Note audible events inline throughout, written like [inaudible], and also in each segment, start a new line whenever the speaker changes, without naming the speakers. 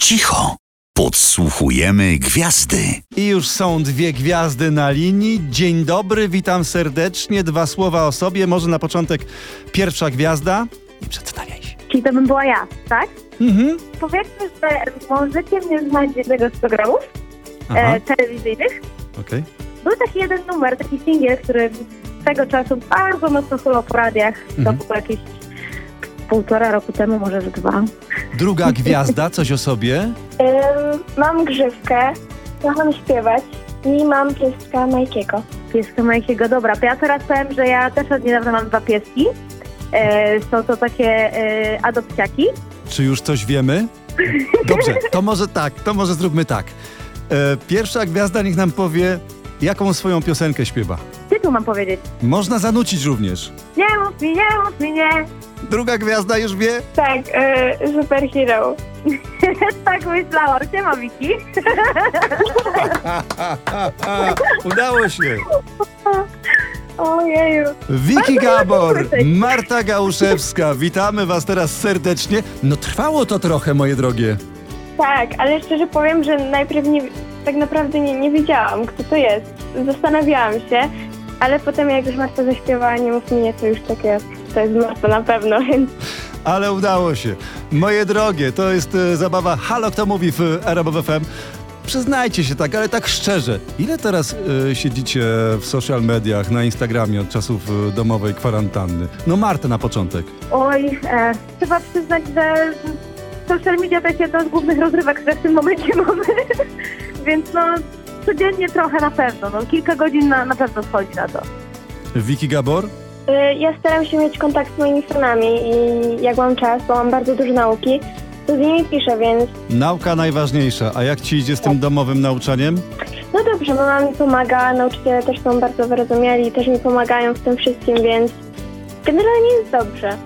cicho podsłuchujemy gwiazdy.
I już są dwie gwiazdy na linii. Dzień dobry, witam serdecznie. Dwa słowa o sobie. Może na początek pierwsza gwiazda. I przedstawiaj się.
Czyli to bym była ja, tak?
Mhm.
Powiedzmy, że możecie mnie znać z jednego z programów
Aha,
e, telewizyjnych.
okej.
Był taki jeden numer, taki singiel, który tego czasu bardzo mocno solo po radiach,
Mhm.
to było jakieś półtora roku temu, może że dwa.
Druga gwiazda, coś o sobie.
mam grzywkę, kocham śpiewać i mam pieska Majkiego. Pieska Majkiego, dobra. To ja teraz powiem, że ja też od niedawna mam dwa pieski. E, są to takie e, adopciaki.
Czy już coś wiemy? Dobrze, to może tak, to może zróbmy tak. E, pierwsza gwiazda niech nam powie, jaką swoją piosenkę śpiewa.
Tytuł mam powiedzieć.
Można zanucić również.
Nie mów mi, nie mów mi, nie.
Druga gwiazda już wie. [laughs]
Tak, y, superhero. [laughs] tak myślałam. Siema, Wiki.
Udało się.
Ojeju.
Wiki
Bardzo
Gabor,
ładny wniosek.
Marta Gałuszewska, witamy Was teraz serdecznie. No trwało to trochę, moje drogie.
Tak, ale szczerze powiem, że najpierw nie, tak naprawdę nie, nie wiedziałam, kto to jest. Zastanawiałam się, ale potem jak już Marta zaśpiewała Nie mów mi nie, to już takie, to jest Marta na pewno, więc
Ale udało się. Moje drogie, to jest e, zabawa Halo Kto Mówi w RMF FM. Przyznajcie się tak, ale tak szczerze. Ile teraz e, siedzicie w social mediach, na Instagramie od czasów e, domowej kwarantanny? No Marta na początek.
Oj, e, trzeba przyznać, że social media to jest jedna z głównych rozrywek, które w tym momencie [laughs] mamy, więc no codziennie trochę na pewno, no kilka godzin na, na pewno schodzi na to.
Wiki Gabor?
Y, Ja staram się mieć kontakt z moimi fanami i jak mam czas, bo mam bardzo dużo nauki, to z nimi piszę, więc
Nauka najważniejsza. A jak ci idzie z tym domowym nauczaniem?
no dobrze, mama mi pomaga, nauczyciele też są bardzo wyrozumiali, też mi pomagają w tym wszystkim, więc generalnie jest dobrze.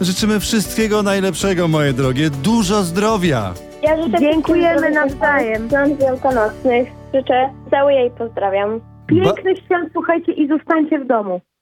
Życzymy wszystkiego najlepszego, moje drogie. Dużo zdrowia.
Ja życzę
Dziękujemy
wszystkim zdrowych
nawzajem.
Świąt wielkanocnych, życzę, całuję i pozdrawiam.
Ba-
Pięknych świąt, słuchajcie, i zostańcie w domu.